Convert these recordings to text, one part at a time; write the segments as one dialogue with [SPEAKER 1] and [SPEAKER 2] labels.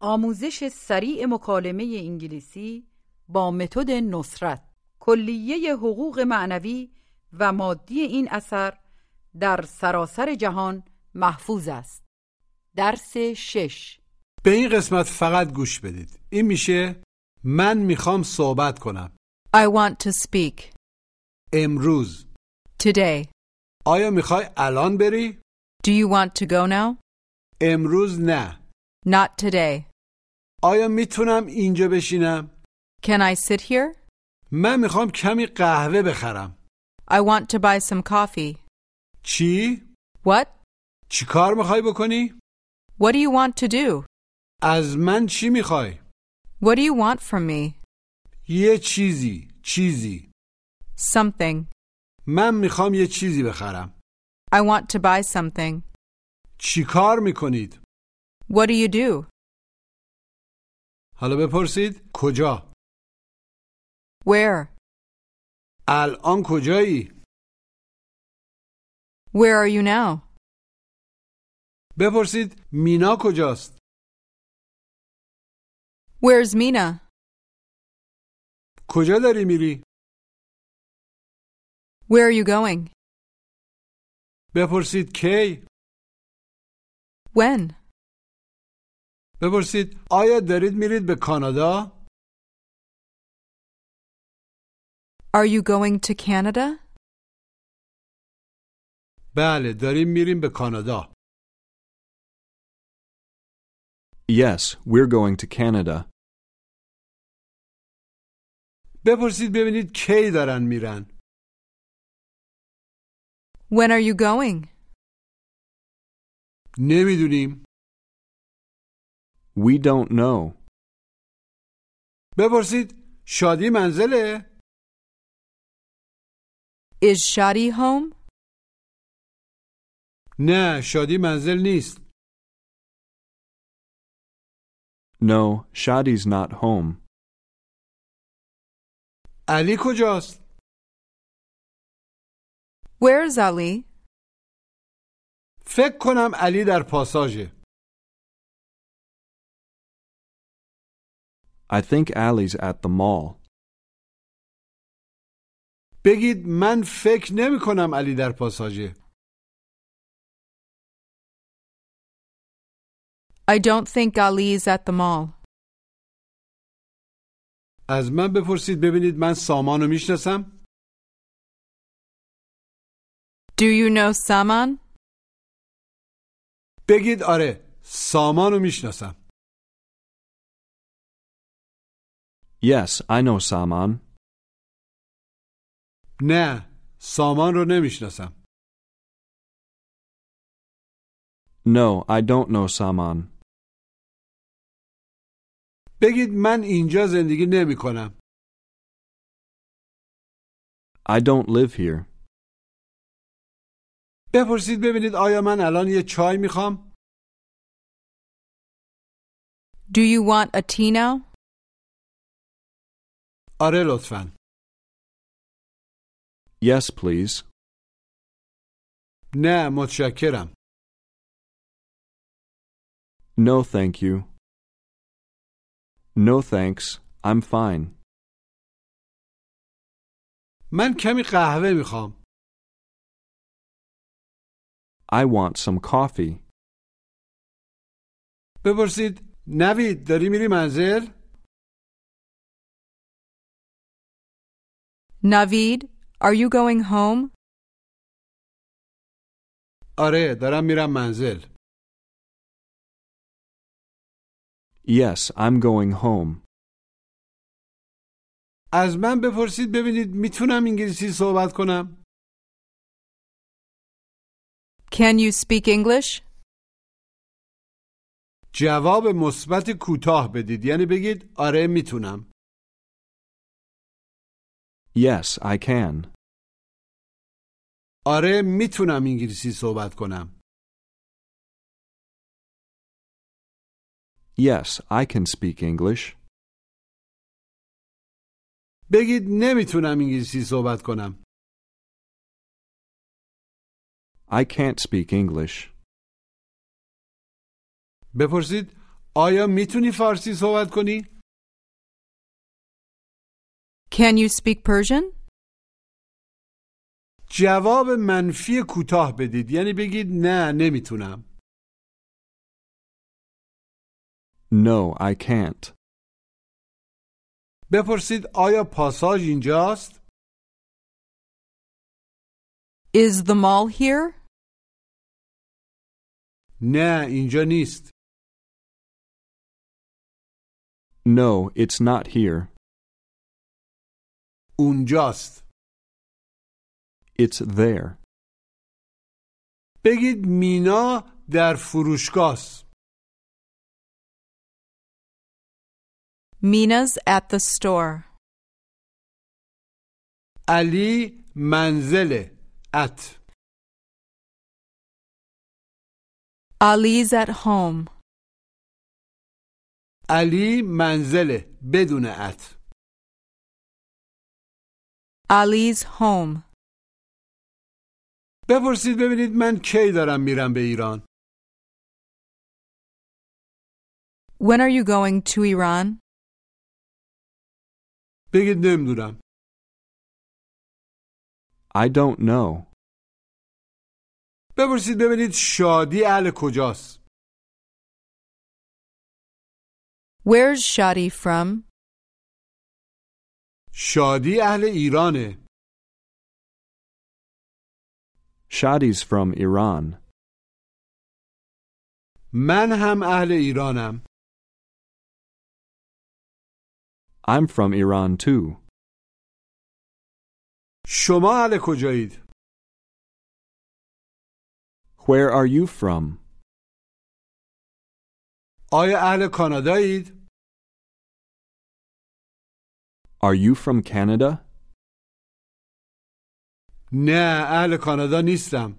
[SPEAKER 1] آموزش سریع مکالمه انگلیسی با متد نصرت کلیه حقوق معنوی و مادی این اثر در سراسر جهان محفوظ است درس شش
[SPEAKER 2] به این قسمت فقط گوش بدید این میشه من میخوام صحبت کنم
[SPEAKER 3] I want to speak.
[SPEAKER 2] امروز
[SPEAKER 3] Today.
[SPEAKER 2] آیا میخوای الان بری؟
[SPEAKER 3] Do you want to go now?
[SPEAKER 2] امروز نه
[SPEAKER 3] Not today.
[SPEAKER 2] آیا میتونم اینجا بشینم؟
[SPEAKER 3] Can I sit here?
[SPEAKER 2] من میخوام کمی قهوه بخرم
[SPEAKER 3] I want to buy some coffee.
[SPEAKER 2] چی؟
[SPEAKER 3] What?
[SPEAKER 2] چی کار میخوای بکنی؟
[SPEAKER 3] What do you want to do?
[SPEAKER 2] از من چی میخوای؟
[SPEAKER 3] What do you want from me?
[SPEAKER 2] یه چیزی چیزی
[SPEAKER 3] Something.
[SPEAKER 2] من میخوام یه چیزی بخرم
[SPEAKER 3] I want to buy something.
[SPEAKER 2] چی کار میکنید؟
[SPEAKER 3] What do you do?
[SPEAKER 2] حالا بپرسید کجا؟
[SPEAKER 3] Where?
[SPEAKER 2] الان کجایی؟
[SPEAKER 3] Where are you now?
[SPEAKER 2] بپرسید مینا کجاست؟
[SPEAKER 3] Where's Mina?
[SPEAKER 2] کجا داری میری؟
[SPEAKER 3] Where are you going?
[SPEAKER 2] بپرسید کی؟
[SPEAKER 3] When?
[SPEAKER 2] بپرسید آیا دارید میرید به کانادا؟
[SPEAKER 3] Are you going to Canada?
[SPEAKER 2] بله داریم میریم به کانادا.
[SPEAKER 4] Yes, we're going to Canada.
[SPEAKER 2] بپرسید ببینید کی دارن میرن.
[SPEAKER 3] When are you going?
[SPEAKER 2] نمیدونیم.
[SPEAKER 4] We don't know.
[SPEAKER 2] بپرسید شادی منزله؟
[SPEAKER 3] Is Shadi home?
[SPEAKER 2] نه شادی منزل نیست.
[SPEAKER 4] No, Shadi's not home.
[SPEAKER 2] علی کجاست؟
[SPEAKER 3] Where is Ali?
[SPEAKER 2] فکر کنم علی در پاساژه.
[SPEAKER 4] I think Allie's at the mall.
[SPEAKER 2] بگید من فکر نمی کنم علی در پاساژه.
[SPEAKER 3] I don't think Ali's at the mall.
[SPEAKER 2] از من بپرسید ببینید من سامانو میشناسم؟
[SPEAKER 3] Do you know Saman?
[SPEAKER 2] بگید آره سامانو میشناسم.
[SPEAKER 4] Yes, I know Saman.
[SPEAKER 2] نه سامان رو نمیشناسم.
[SPEAKER 4] No, I don't know Saman.
[SPEAKER 2] بگید من اینجا زندگی نمی کنم.
[SPEAKER 4] I don't live here.
[SPEAKER 2] بپرسید ببینید آیا من الان یه چای میخوام؟
[SPEAKER 3] Do you want a tea now?
[SPEAKER 2] آره لطفا.
[SPEAKER 4] Yes, please.
[SPEAKER 2] نه متشکرم.
[SPEAKER 4] No, thank you. No, thanks. I'm fine.
[SPEAKER 2] من کمی قهوه میخوام.
[SPEAKER 4] I want some coffee.
[SPEAKER 2] بپرسید نوید داری میری منزل؟
[SPEAKER 3] Navid, are you going home?
[SPEAKER 2] آره دارم میرم منزل.
[SPEAKER 4] Yes, I'm going home.
[SPEAKER 2] از من بپرسید ببینید میتونم انگلیسی صحبت کنم؟
[SPEAKER 3] Can you speak English?
[SPEAKER 2] جواب مثبت کوتاه بدید یعنی بگید آره میتونم
[SPEAKER 4] Yes, I can.
[SPEAKER 2] آره میتونم انگلیسی صحبت کنم
[SPEAKER 4] Yes, I can speak English.
[SPEAKER 2] بگید نمیتونم انگلیسی صحبت کنم
[SPEAKER 4] I can't speak English.
[SPEAKER 2] بپرسید آیا میتونی فارسی صحبت کنی؟
[SPEAKER 3] Can you speak Persian?
[SPEAKER 2] جواب منفی کوتاه بدید یعنی بگید نه نمیتونم
[SPEAKER 4] No, I can't.
[SPEAKER 2] بپرسید آیا پاساژ اینجاست؟
[SPEAKER 3] Is the mall here?
[SPEAKER 2] نه اینجا نیست
[SPEAKER 4] No, it's not here.
[SPEAKER 2] اونجاست
[SPEAKER 4] It's there.
[SPEAKER 2] بگید مینا در فروشگاهست
[SPEAKER 3] Mina's at the store.
[SPEAKER 2] علی منزل ات
[SPEAKER 3] Ali's at home.
[SPEAKER 2] علی منزل بدون ات
[SPEAKER 3] Ali's home.
[SPEAKER 2] بپرسید ببینید من کی دارم میرم به ایران
[SPEAKER 3] When are you going to Iran?
[SPEAKER 2] بگید نمیدونم
[SPEAKER 4] I don't know.
[SPEAKER 2] بپرسید ببینید شادی اهل کجاست
[SPEAKER 3] Where's Shadi from?
[SPEAKER 2] شادی اهل ایرانه
[SPEAKER 4] Shadi's from Iran.
[SPEAKER 2] من هم اهل ایرانم
[SPEAKER 4] I'm from Iran too.
[SPEAKER 2] شما اهل کجایید
[SPEAKER 4] Where are you from?
[SPEAKER 2] آیا اهل کانادایید
[SPEAKER 4] Are you from Canada?
[SPEAKER 2] نه اهل کانادا نیستم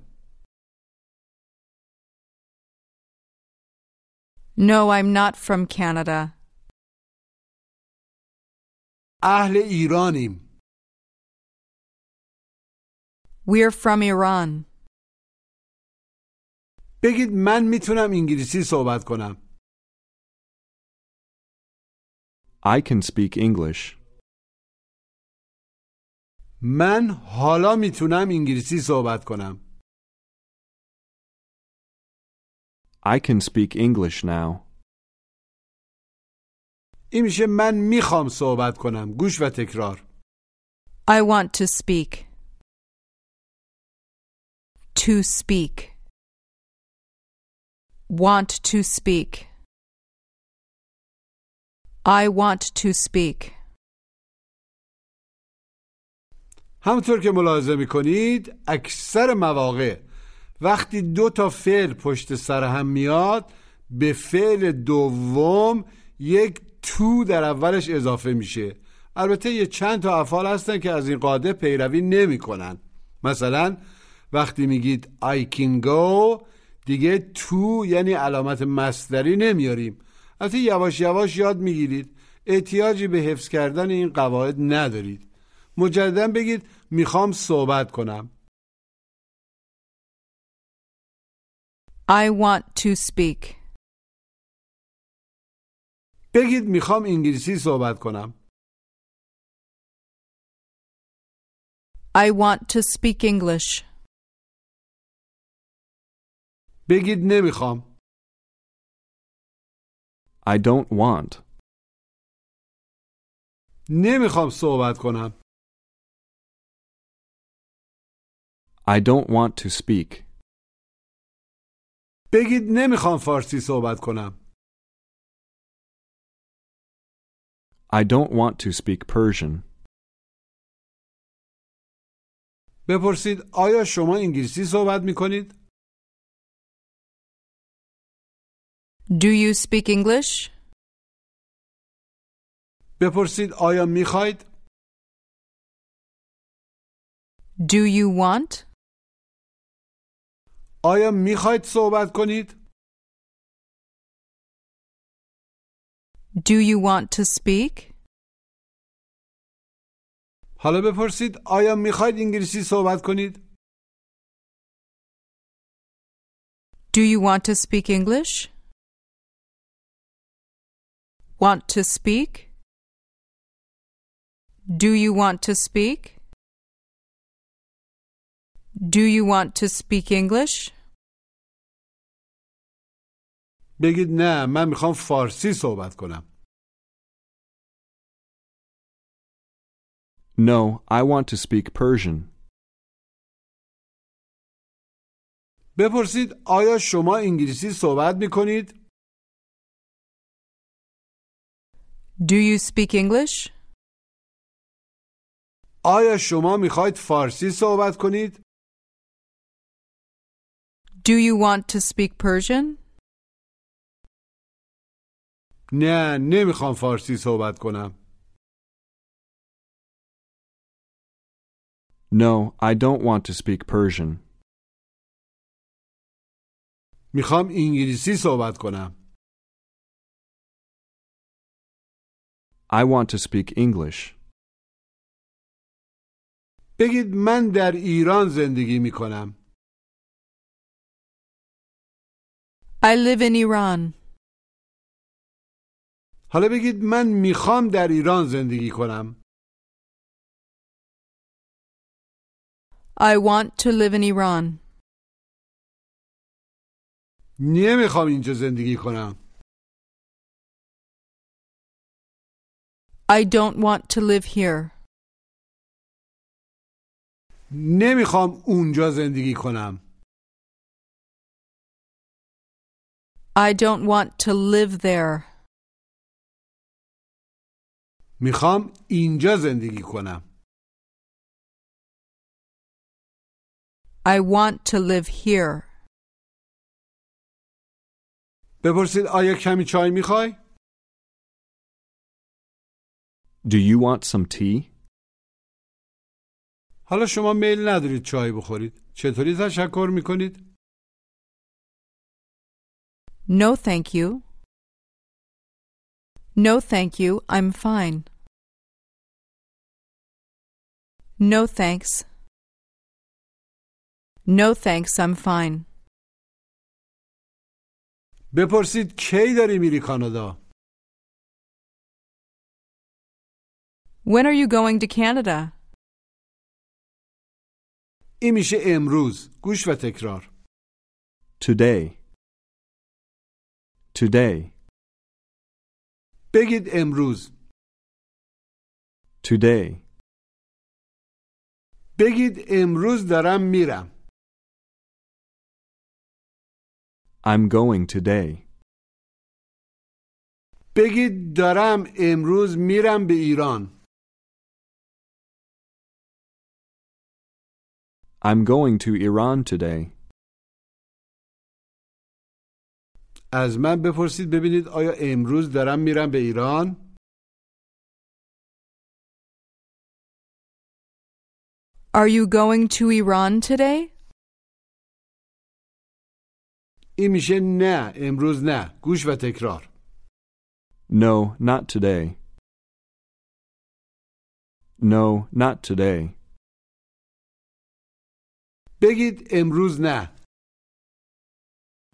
[SPEAKER 3] No, I'm not from Canada.
[SPEAKER 2] اهل ایرانیم
[SPEAKER 3] We're from Iran.
[SPEAKER 2] بگید من میتونم انگلیسی صحبت کنم
[SPEAKER 4] I can speak English.
[SPEAKER 2] من حالا میتونم انگلیسی صحبت کنم
[SPEAKER 4] I can speak English now.
[SPEAKER 2] این میشه من میخوام صحبت کنم گوش و تکرار
[SPEAKER 3] I want to speak. To speak. Want to speak. I want to speak.
[SPEAKER 2] همطور که ملاحظه میکنید اکثر مواقع وقتی دو تا فعل پشت سر هم میاد به فعل دوم یک تو در اولش اضافه میشه البته یه چند تا افعال هستن که از این قاعده پیروی نمیکنن مثلا وقتی میگید I can go دیگه تو یعنی علامت مصدری نمیاریم البته یواش یواش یاد میگیرید احتیاجی به حفظ کردن این قواعد ندارید مجددا بگید میخوام صحبت کنم
[SPEAKER 3] I want to speak.
[SPEAKER 2] بگید میخوام انگلیسی صحبت کنم
[SPEAKER 3] I want to speak English.
[SPEAKER 2] بگید نمیخوام
[SPEAKER 4] I don't want.
[SPEAKER 2] نمیخوام صحبت کنم
[SPEAKER 4] I don't want to speak.
[SPEAKER 2] بگید نمیخوام فارسی صحبت کنم
[SPEAKER 4] I don't want to speak Persian.
[SPEAKER 2] بپرسید آیا شما انگلیسی صحبت میکنید
[SPEAKER 3] Do you speak English?
[SPEAKER 2] بپرسید آیا میخواید؟
[SPEAKER 3] Do you want?
[SPEAKER 2] آیا میخواید صحبت کنید؟
[SPEAKER 3] Do you want to speak?
[SPEAKER 2] حالا بپرسید آیا میخواید انگلیسی صحبت کنید؟
[SPEAKER 3] Do you want to speak English? Want to speak? Do you want to speak? Do you want to speak English?
[SPEAKER 2] بگید نه من میخوام فارسی صحبت کنم
[SPEAKER 4] No, I want to speak Persian.
[SPEAKER 2] بپرسید آیا شما انگلیسی صحبت میکنید؟
[SPEAKER 3] Do you speak English?
[SPEAKER 2] آیا شما میخواید فارسی صحبت کنید؟
[SPEAKER 3] Do you want to speak Persian?
[SPEAKER 2] نه نمیخوام فارسی صحبت کنم
[SPEAKER 4] No, I don't want to speak Persian.
[SPEAKER 2] میخوام انگلیسی صحبت کنم
[SPEAKER 4] I want to speak English.
[SPEAKER 2] بگید من در ایران زندگی میکنم
[SPEAKER 3] I live in Iran.
[SPEAKER 2] حالا بگید من میخوام در ایران زندگی کنم
[SPEAKER 3] I want to live in Iran.
[SPEAKER 2] نمیخوام اینجا زندگی کنم
[SPEAKER 3] I don't want to live here.
[SPEAKER 2] نمیخوام اونجا زندگی کنم
[SPEAKER 3] I don't want to live there.
[SPEAKER 2] میخوام اینجا زندگی کنم
[SPEAKER 3] I want to live here.
[SPEAKER 2] بپرسید آیا کمی چای میخوای؟
[SPEAKER 4] Do you want some tea?
[SPEAKER 2] حالا شما میل ندارید چای بخورید چطوری تشکر میکنید؟
[SPEAKER 3] No, thank you. No, thank you. I'm fine. No, thanks. No, thanks. I'm fine.
[SPEAKER 2] بپرسید کی داری میری کانادا؟
[SPEAKER 3] When are you going to Canada?
[SPEAKER 2] این میشه امروز گوش و تکرار
[SPEAKER 4] Today. Today.
[SPEAKER 2] بگید امروز
[SPEAKER 4] Today.
[SPEAKER 2] بگید امروز دارم میرم
[SPEAKER 4] I'm going today.
[SPEAKER 2] بگید دارم امروز میرم به ایران
[SPEAKER 4] I'm going to Iran today.
[SPEAKER 2] از من بپرسید ببینید آیا امروز دارم میرم به ایران
[SPEAKER 3] Are you going to Iran today?
[SPEAKER 2] این میشه نه امروز نه گوش و تکرار
[SPEAKER 4] No, not today. No, not today.
[SPEAKER 2] بگید امروز نه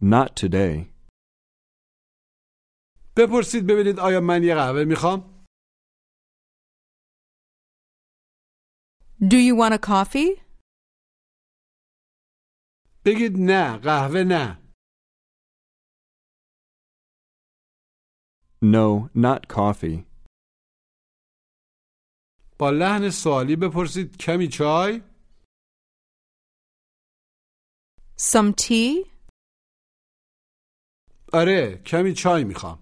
[SPEAKER 4] Not today.
[SPEAKER 5] بپرسید ببینید آیا من یه قهوه میخوام؟
[SPEAKER 6] Do you want a coffee?
[SPEAKER 5] بگید نه قهوه نه
[SPEAKER 4] No, not coffee.
[SPEAKER 5] با لحن سوالی بپرسید کمی چای
[SPEAKER 6] Some tea?
[SPEAKER 5] آره کمی چای میخوام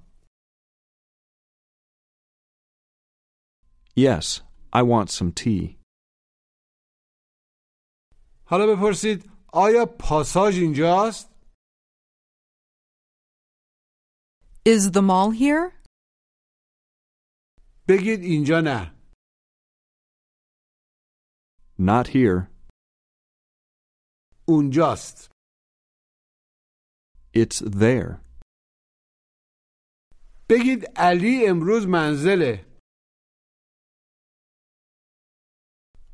[SPEAKER 4] Yes, I want some tea.
[SPEAKER 5] حالا بپرسید آیا پاساژ اینجاست؟
[SPEAKER 6] Is the mall here?
[SPEAKER 5] بگید اینجا نه
[SPEAKER 4] Not here.
[SPEAKER 5] اونجاست
[SPEAKER 4] It's there.
[SPEAKER 5] بگید علی امروز منزله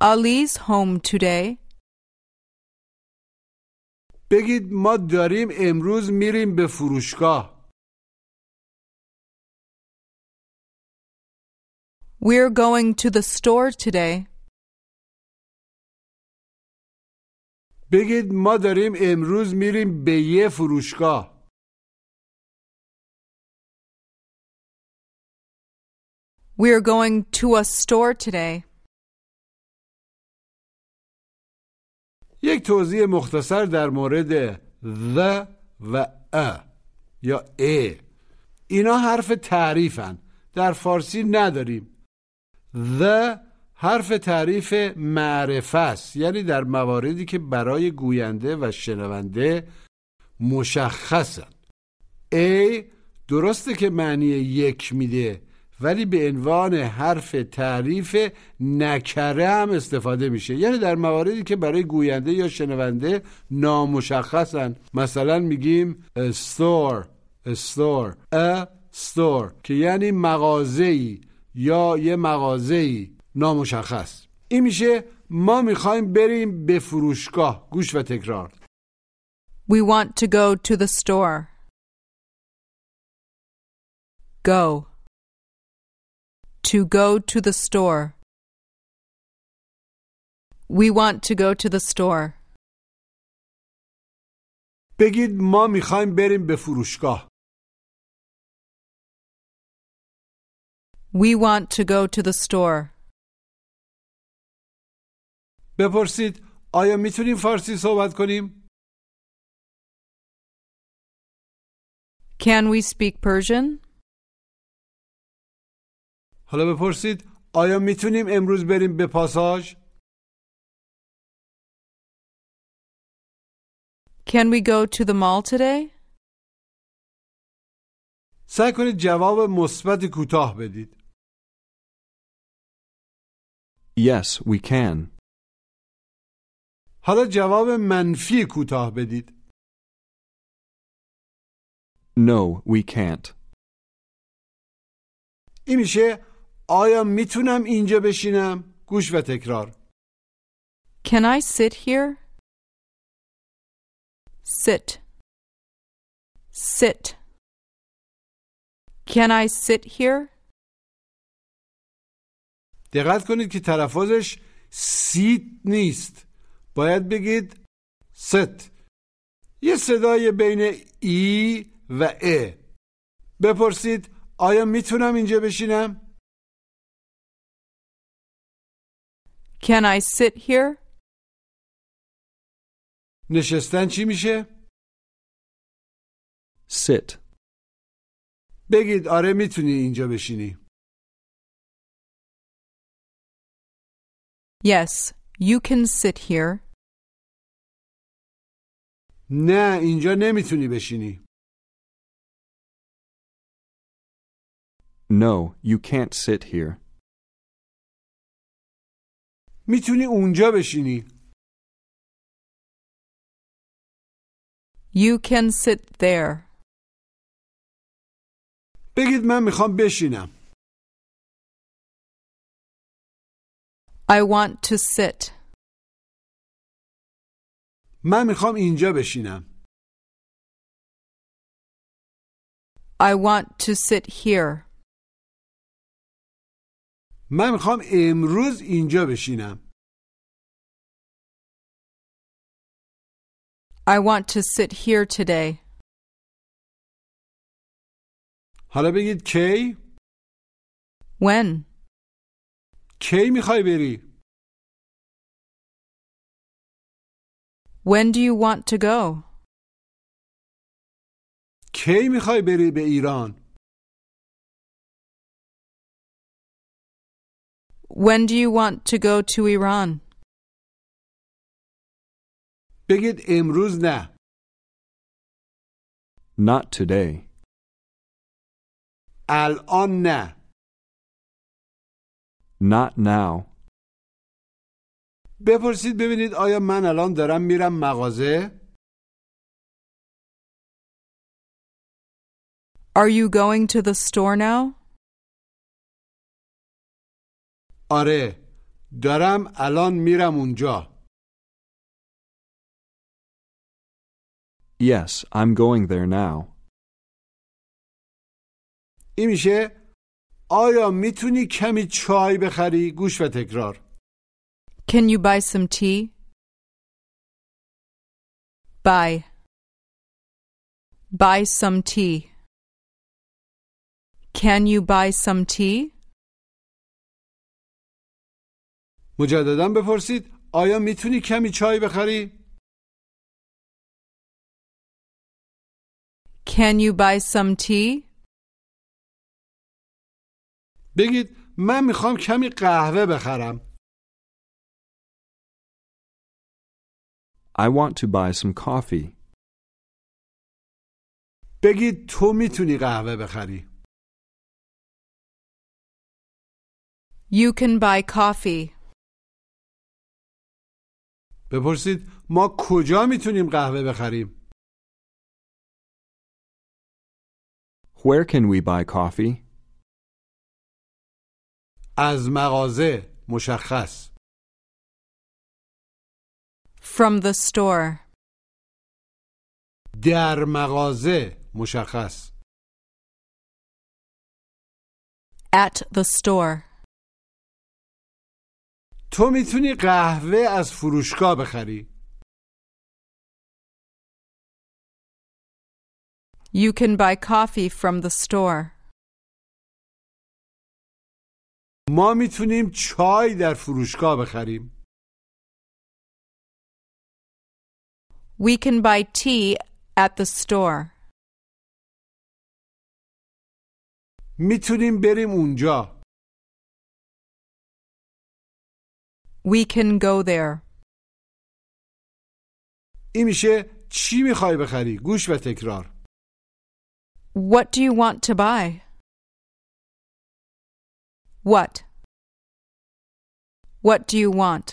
[SPEAKER 6] Ali's home today.
[SPEAKER 5] بگید ما داریم امروز میریم به فروشگاه
[SPEAKER 6] We're going to the store today.
[SPEAKER 5] بگید ما داریم امروز میریم به یه فروشگاه
[SPEAKER 6] We're going to a store today.
[SPEAKER 5] یک توضیح مختصر در مورد the و ا یا ا اینا حرف تعریفن در فارسی نداریم the حرف تعریف معرفه است یعنی در مواردی که برای گوینده و شنونده مشخصن A درسته که معنی یک میده ولی به عنوان حرف تعریف نکره هم استفاده میشه یعنی در مواردی که برای گوینده یا شنونده نامشخصن مثلا میگیم استور استور استور که یعنی مغازه‌ای یا یه مغازه‌ای نامشخص این میشه ما میخوایم بریم به فروشگاه گوش و تکرار
[SPEAKER 6] We want to go to the store. Go. To go to the store. We want to go to the store.
[SPEAKER 5] بگید ما میخوایم بریم به فروشگاه
[SPEAKER 6] We want to go to the store.
[SPEAKER 5] بپرسید آیا میتونیم فارسی صحبت کنیم؟
[SPEAKER 6] Can we speak Persian?
[SPEAKER 5] حالا بپرسید آیا میتونیم امروز بریم به پاساژ؟
[SPEAKER 6] Can we go to the mall today?
[SPEAKER 5] سعی کنید جواب مثبت کوتاه بدید.
[SPEAKER 4] Yes, we can.
[SPEAKER 5] حالا جواب منفی کوتاه بدید.
[SPEAKER 4] No, we can't.
[SPEAKER 5] این میشه آیا میتونم اینجا بشینم؟ گوش و تکرار.
[SPEAKER 6] Can I sit here? Sit. Sit. Can I sit here?
[SPEAKER 5] دقت کنید که تلفظش سیت نیست. باید بگید ست. یه صدای بین ای و ا. بپرسید آیا میتونم اینجا بشینم؟
[SPEAKER 6] Can I sit here?
[SPEAKER 5] نشستن چی میشه؟
[SPEAKER 4] Sit.
[SPEAKER 2] بگید آره میتونی اینجا بشینی
[SPEAKER 3] Yes, you can sit here.
[SPEAKER 2] نه اینجا نمیتونی بشینی
[SPEAKER 4] No, you can't sit here.
[SPEAKER 2] میتونی اونجا بشینی
[SPEAKER 3] You can sit there.
[SPEAKER 2] بگید من میخوام بشینم
[SPEAKER 3] I want to sit.
[SPEAKER 2] من میخوام اینجا بشینم
[SPEAKER 3] I want to sit here.
[SPEAKER 2] من میخوام امروز اینجا بشینم
[SPEAKER 3] I want to sit here today.
[SPEAKER 2] حالا بگید کی
[SPEAKER 3] When?
[SPEAKER 2] کی میخوای بری
[SPEAKER 3] When do you want to go?
[SPEAKER 2] کی میخوای بری به ایران
[SPEAKER 3] When do you want to go to Iran?
[SPEAKER 2] بگید امروز نه
[SPEAKER 4] Not today.
[SPEAKER 2] الان نه
[SPEAKER 4] Not now.
[SPEAKER 2] بپرسید ببینید آیا من الان دارم میرم مغازه
[SPEAKER 3] Are you going to the store now?
[SPEAKER 2] آره دارم الان میرم اونجا
[SPEAKER 4] Yes, I'm going there now.
[SPEAKER 2] این میشه آیا میتونی کمی چای بخری گوش و تکرار
[SPEAKER 3] Can you buy some tea? Buy. Buy some tea. Can you buy some tea?
[SPEAKER 2] مجددا بپرسید آیا میتونی کمی چای بخری
[SPEAKER 3] Can you buy some tea?
[SPEAKER 2] بگید من میخوام کمی قهوه بخرم
[SPEAKER 4] I want to buy some coffee.
[SPEAKER 2] بگید تو میتونی قهوه بخری
[SPEAKER 3] You can buy coffee.
[SPEAKER 2] بپرسید ما کجا میتونیم قهوه بخریم
[SPEAKER 4] Where can we buy coffee?
[SPEAKER 2] از مغازه مشخص
[SPEAKER 3] From the store.
[SPEAKER 2] در مغازه مشخص
[SPEAKER 3] At the store.
[SPEAKER 2] تو میتونی قهوه از فروشگاه بخری
[SPEAKER 3] You can buy coffee from the store.
[SPEAKER 2] ما میتونیم چای در فروشگاه بخریم
[SPEAKER 3] We can buy tea at the store.
[SPEAKER 2] میتونیم بریم اونجا
[SPEAKER 3] We can go there.
[SPEAKER 2] این میشه چی میخوای بخری گوش و تکرار
[SPEAKER 3] What do you want to buy? What? What do you want?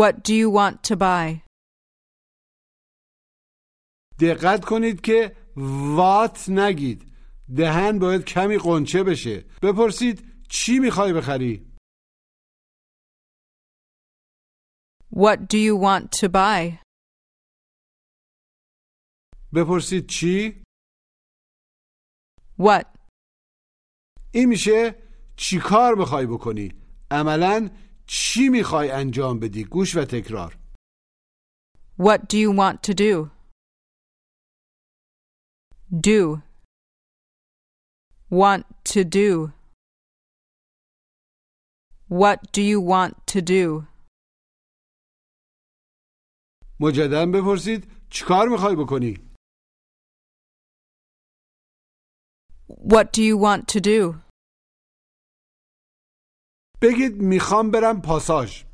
[SPEAKER 3] What do you want to buy?
[SPEAKER 2] دقت کنید که وات نگید دهن باید کمی قنچه بشه بپرسید چی میخوای بخری
[SPEAKER 3] What do you want to buy?
[SPEAKER 2] بپرسید چی
[SPEAKER 3] What?
[SPEAKER 2] این میشه چی کار میخوای بکنی عملا چی میخوای انجام بدی گوش و تکرار
[SPEAKER 3] What do you want to do? Do. Want to do. What do you want to do?
[SPEAKER 2] مجددا بپرسید چیکار میخوای بکنی
[SPEAKER 3] What do you want to do?
[SPEAKER 2] بگید میخوام برم پاساژ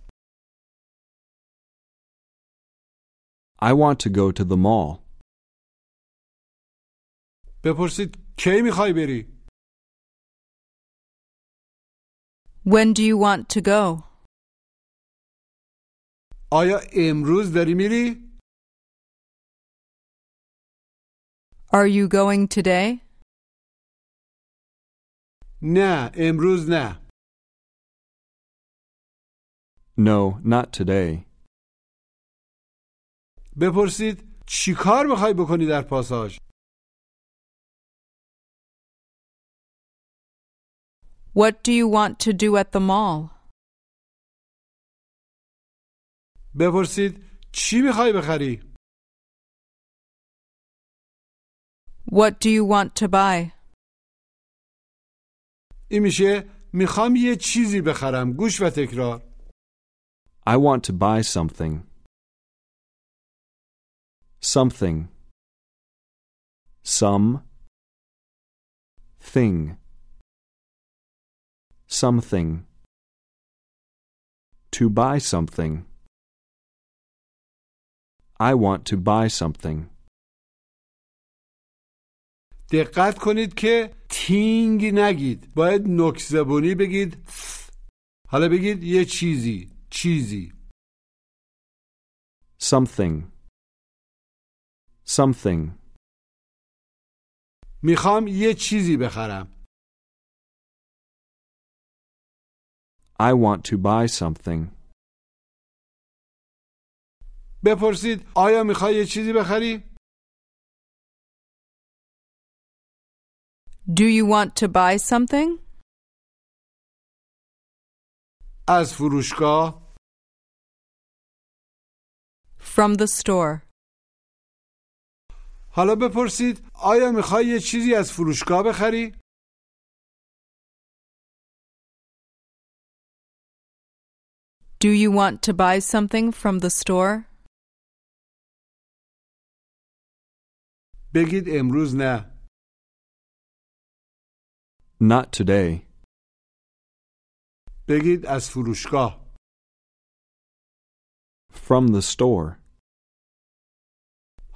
[SPEAKER 4] I want to go to the mall.
[SPEAKER 2] بپرسید کی میخوای بری
[SPEAKER 3] When do you want to go?
[SPEAKER 2] آیا امروز داری میری
[SPEAKER 3] Are you going today?
[SPEAKER 2] نه امروز نه
[SPEAKER 4] No, not today.
[SPEAKER 2] بپرسید چی کار میخوای بکنی در پاساژ
[SPEAKER 3] What do you want to do at the mall?
[SPEAKER 2] بپرسید چی میخوای بخری
[SPEAKER 3] What do you want to buy?
[SPEAKER 2] این میشه میخوام یه چیزی بخرم گوش و تکرار
[SPEAKER 4] I want to buy something. Something. Some. Thing. Something. To buy something. I want to buy something.
[SPEAKER 2] دقت کنید که تینگ نگید باید نکزبونی بگید ف. حالا بگید یه چیزی چیزی
[SPEAKER 4] Something. Something.
[SPEAKER 2] میخوام یه چیزی بخرم
[SPEAKER 4] I want to buy something.
[SPEAKER 2] بپرسید آیا میخوای یه چیزی بخری؟
[SPEAKER 3] Do you want to buy something?
[SPEAKER 2] از فروشگاه
[SPEAKER 3] From the store.
[SPEAKER 2] حالا بپرسید آیا میخوای یه چیزی از فروشگاه بخری؟
[SPEAKER 3] Do you want to buy something from the store?
[SPEAKER 2] بگید امروز نه
[SPEAKER 4] Not today.
[SPEAKER 2] بگید از فروشگاه
[SPEAKER 4] From the store.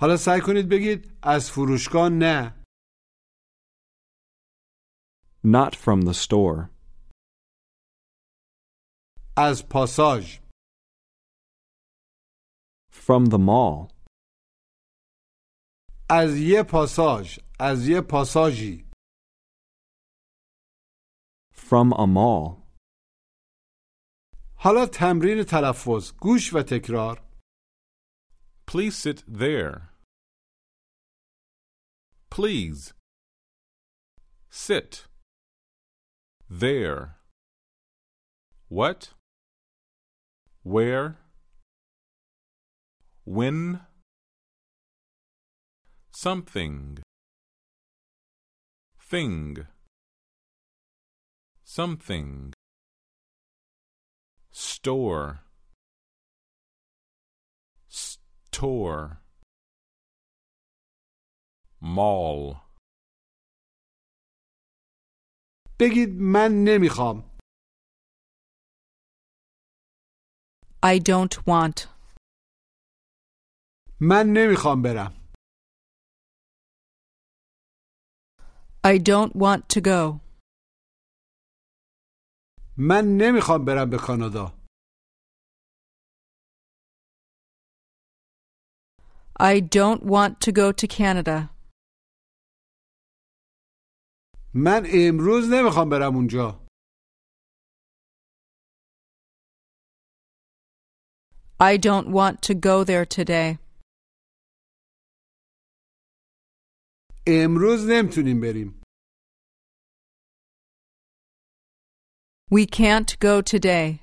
[SPEAKER 2] حالا سعی کنید بگید از فروشگاه نه
[SPEAKER 4] Not from the store.
[SPEAKER 2] از پاساژ
[SPEAKER 4] From the mall.
[SPEAKER 2] از یه پاساژ از یه پاساژی
[SPEAKER 4] From a mall.
[SPEAKER 2] حالا تمرین تلفظ گوش و تکرار
[SPEAKER 7] Please sit there. Please sit there. What? Where? When? Something. Thing. Something. Store store mall
[SPEAKER 2] بگید من نمیخوام
[SPEAKER 3] I don't want.
[SPEAKER 2] من نمیخوام برم
[SPEAKER 3] I don't want to go.
[SPEAKER 2] من نمیخوام برم به کانادا
[SPEAKER 3] I don't want to go to Canada.
[SPEAKER 2] من امروز نمیخوام برم اونجا
[SPEAKER 3] I don't want to go there today.
[SPEAKER 2] امروز نمیتونیم بریم
[SPEAKER 3] We can't go today.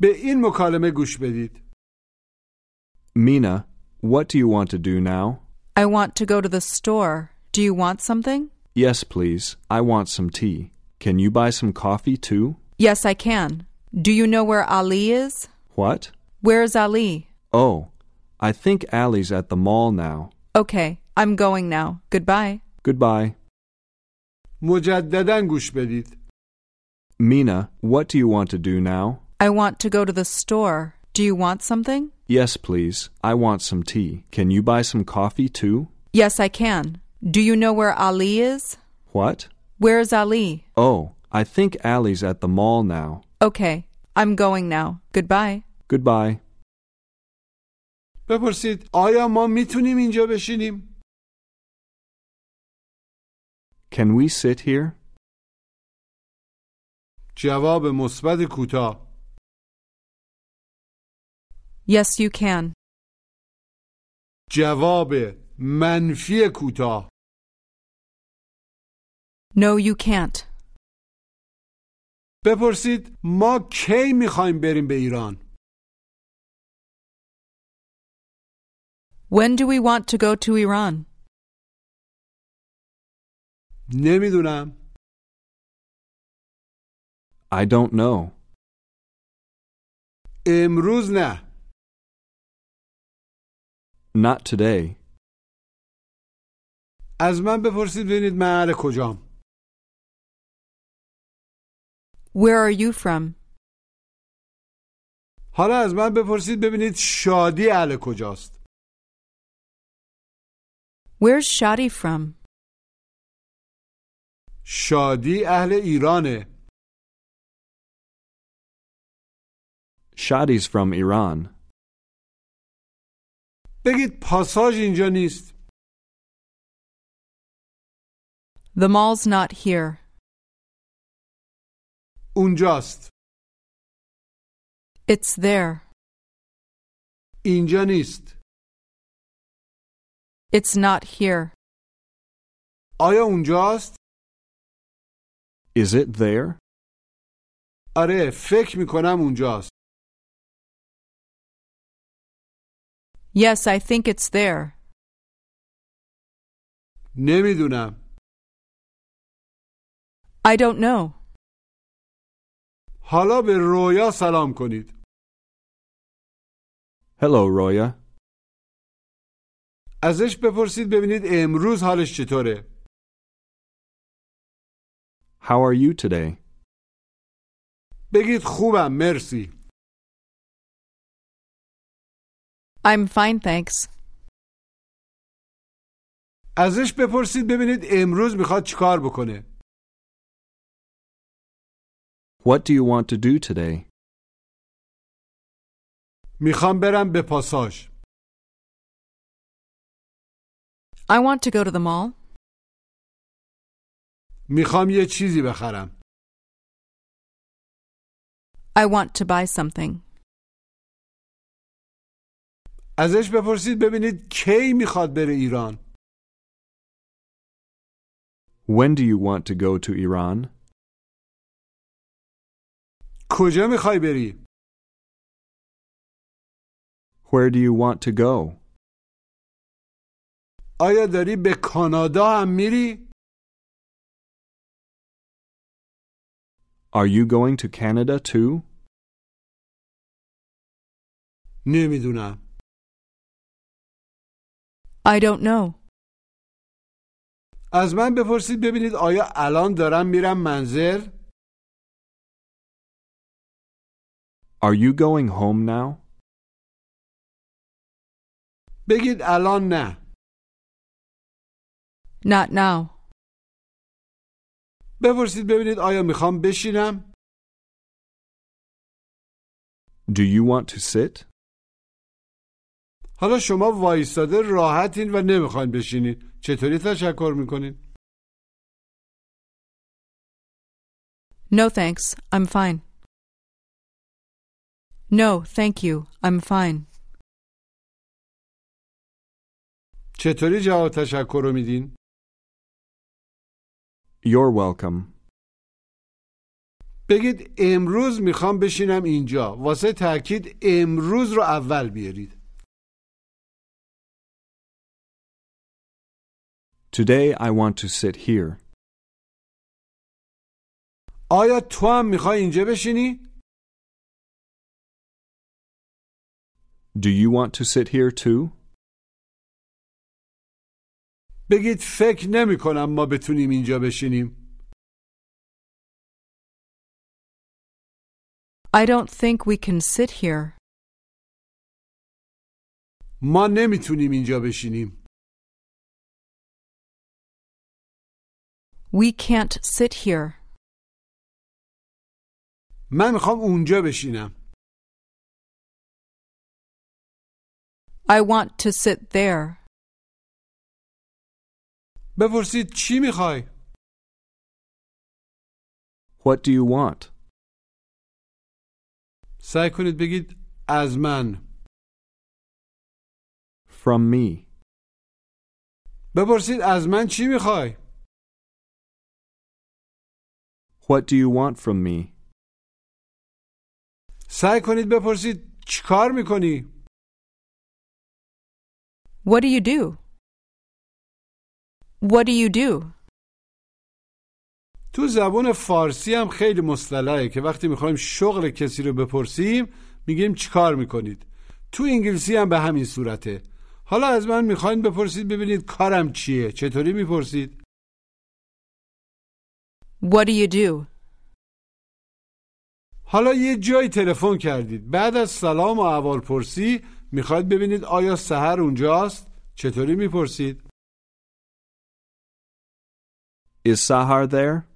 [SPEAKER 2] به این مکالمه گوش بدید
[SPEAKER 4] Mina, what do you want to do now?
[SPEAKER 3] I want to go to the store. Do you want something?
[SPEAKER 4] Yes, please. I want some tea. Can you buy some coffee too?
[SPEAKER 3] Yes, I can. Do you know where Ali is?
[SPEAKER 4] What?
[SPEAKER 3] Where's Ali?
[SPEAKER 4] Oh, I think Allie's at the mall now.
[SPEAKER 3] Okay, I'm going now. Goodbye.
[SPEAKER 4] Goodbye.
[SPEAKER 2] مجددا گوش بدید
[SPEAKER 4] Mina, what do you want to do now?
[SPEAKER 3] I want to go to the store. Do you want something?
[SPEAKER 4] Yes, please. I want some tea. Can you buy some coffee too?
[SPEAKER 3] Yes, I can. Do you know where Ali is?
[SPEAKER 4] What?
[SPEAKER 3] Where's Ali?
[SPEAKER 4] Oh, I think Allie's at the mall now.
[SPEAKER 3] Okay. I'm going now. Goodbye.
[SPEAKER 4] Goodbye.
[SPEAKER 2] بپرسید آیا ما میتونیم اینجا بشینیم؟
[SPEAKER 4] Can we sit here?
[SPEAKER 2] جواب مثبت کوتاه
[SPEAKER 3] Yes, you can.
[SPEAKER 2] جواب منفی کوتاه
[SPEAKER 3] No, you can't.
[SPEAKER 2] بپرسید ما کی میخوایم بریم به ایران؟
[SPEAKER 3] When do we want to go to Iran?
[SPEAKER 2] نمیدونم
[SPEAKER 4] I don't know.
[SPEAKER 2] امروز نه
[SPEAKER 4] Not today.
[SPEAKER 2] از من بپرسید ببینید من اهل کجام
[SPEAKER 3] Where are you from?
[SPEAKER 2] حالا از من بپرسید ببینید شادی اهل کجاست
[SPEAKER 3] Where's Shadi from?
[SPEAKER 2] شادی اهل ایرانه
[SPEAKER 4] Shadi's from Iran.
[SPEAKER 2] بگید پاساژ اینجا نیست
[SPEAKER 3] The mall's not here.
[SPEAKER 2] اونجاست
[SPEAKER 3] It's there.
[SPEAKER 2] اینجا نیست
[SPEAKER 3] It's not here.
[SPEAKER 2] آیا اونجاست؟
[SPEAKER 4] Is it there?
[SPEAKER 2] آره فکر میکنم اونجاست
[SPEAKER 3] Yes, I think it's there.
[SPEAKER 2] نمیدونم
[SPEAKER 3] I don't know.
[SPEAKER 2] حالا به رویا سلام کنید
[SPEAKER 4] Hello, Roya.
[SPEAKER 2] ازش بپرسید ببینید امروز حالش چطوره
[SPEAKER 4] How are you today?
[SPEAKER 2] بگید خوبم مرسی
[SPEAKER 3] I'm fine, thanks.
[SPEAKER 2] ازش بپرسید ببینید امروز میخواد چیکار بکنه
[SPEAKER 4] What do you want to do today?
[SPEAKER 2] میخوام برم به پاساژ
[SPEAKER 3] I want to go to the mall.
[SPEAKER 2] میخوام یه چیزی بخرم
[SPEAKER 3] I want to buy something.
[SPEAKER 2] ازش بپرسید ببینید کی میخواد بره ایران
[SPEAKER 4] When do you want to go to Iran?
[SPEAKER 2] کجا میخوای بری
[SPEAKER 4] Where do you want to go?
[SPEAKER 2] آیا داری به کانادا هم میری
[SPEAKER 4] Are you going to Canada too?
[SPEAKER 2] نمیدونم
[SPEAKER 3] I don't know.
[SPEAKER 2] از من بپرسید ببینید آیا الان دارم میرم منزل
[SPEAKER 4] Are you going home now?
[SPEAKER 2] بگید الان نه
[SPEAKER 3] Not now.
[SPEAKER 2] بپرسید ببینید آیا میخوام بشینم
[SPEAKER 4] Do you want to sit?
[SPEAKER 2] حالا شما وایستاده راحتین و نمیخواین بشینید چطوری تشکر میکنین
[SPEAKER 3] No, thanks. I'm fine. No, thank you. I'm fine.
[SPEAKER 2] چطوری جواب تشکر رو میدین
[SPEAKER 4] You're welcome.
[SPEAKER 2] بگید امروز میخوام بشینم اینجا واسه تاکید امروز رو اول بیارید
[SPEAKER 4] Today I want to sit here.
[SPEAKER 2] آیا تو هم میخوای اینجا بشینی
[SPEAKER 4] Do you want to sit here too?
[SPEAKER 5] بگید فکر نمی کنم ما بتونیم اینجا بشینیم
[SPEAKER 3] I don't think we can sit here.
[SPEAKER 5] ما نمیتونیم اینجا بشینیم
[SPEAKER 3] We can't sit here.
[SPEAKER 5] من میخوام اونجا بشینم
[SPEAKER 3] I want to sit there.
[SPEAKER 5] بپرسید چی میخوای؟
[SPEAKER 4] What do you want?
[SPEAKER 5] سعی کنید بگید از من
[SPEAKER 4] From me.
[SPEAKER 5] بپرسید از من چی میخوای؟
[SPEAKER 4] What do you want from me?
[SPEAKER 5] سعی کنید بپرسید چیکار میکنی؟
[SPEAKER 3] What do you do? What do you do?
[SPEAKER 5] تو زبان فارسی هم خیلی مصطلحه که وقتی میخوایم شغل کسی رو بپرسیم میگیم چیکار میکنید تو انگلیسی هم به همین صورته حالا از من میخواین بپرسید ببینید کارم چیه چطوری میپرسید
[SPEAKER 3] What do you do?
[SPEAKER 5] حالا یه جایی تلفن کردید بعد از سلام و احوالپرسی میخواید ببینید آیا سحر اونجاست چطوری میپرسید
[SPEAKER 4] Is Sahar there?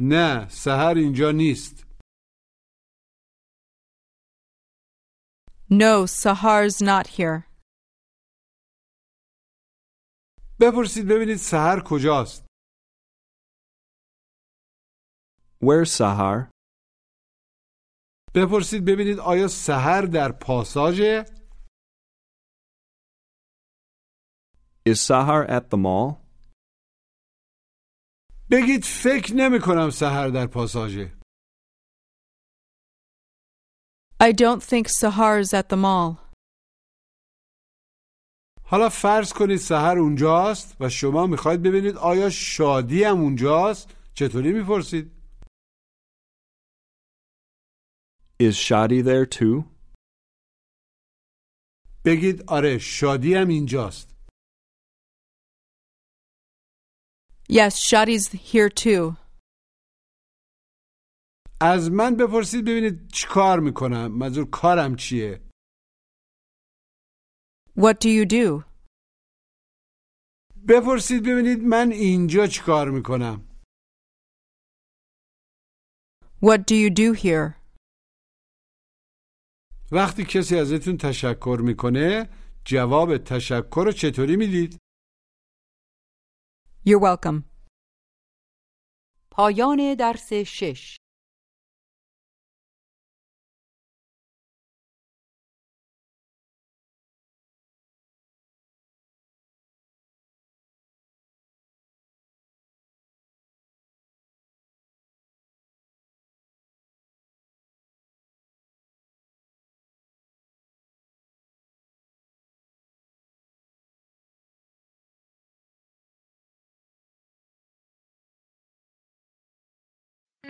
[SPEAKER 5] نه سحر اینجا نیست
[SPEAKER 3] No, Sahar's not here.
[SPEAKER 5] بپرسید ببینید سحر کجاست
[SPEAKER 4] Where's Sahar?
[SPEAKER 5] بپرسید ببینید آیا سحر در پاساژه
[SPEAKER 4] Is Sahar at the mall?
[SPEAKER 5] بگید فکر نمی کنم سهر در پاساژه
[SPEAKER 3] I don't think Sahar's at the mall.
[SPEAKER 5] حالا فرض کنید سهر اونجاست و شما میخواید ببینید آیا شادی هم اونجاست چطوری میپرسید
[SPEAKER 4] Is Shadi there too?
[SPEAKER 5] بگید آره شادی هم اینجاست
[SPEAKER 3] Yes, Shadi's here too.
[SPEAKER 5] از من بپرسید ببینید چی کار میکنم منظور کارم چیه
[SPEAKER 3] What do you do?
[SPEAKER 5] بپرسید ببینید من اینجا چی کار میکنم
[SPEAKER 3] What do you do here?
[SPEAKER 5] وقتی کسی ازتون تشکر میکنه جواب تشکر رو چطوری میدید
[SPEAKER 3] You're welcome.
[SPEAKER 8] پایان درس شش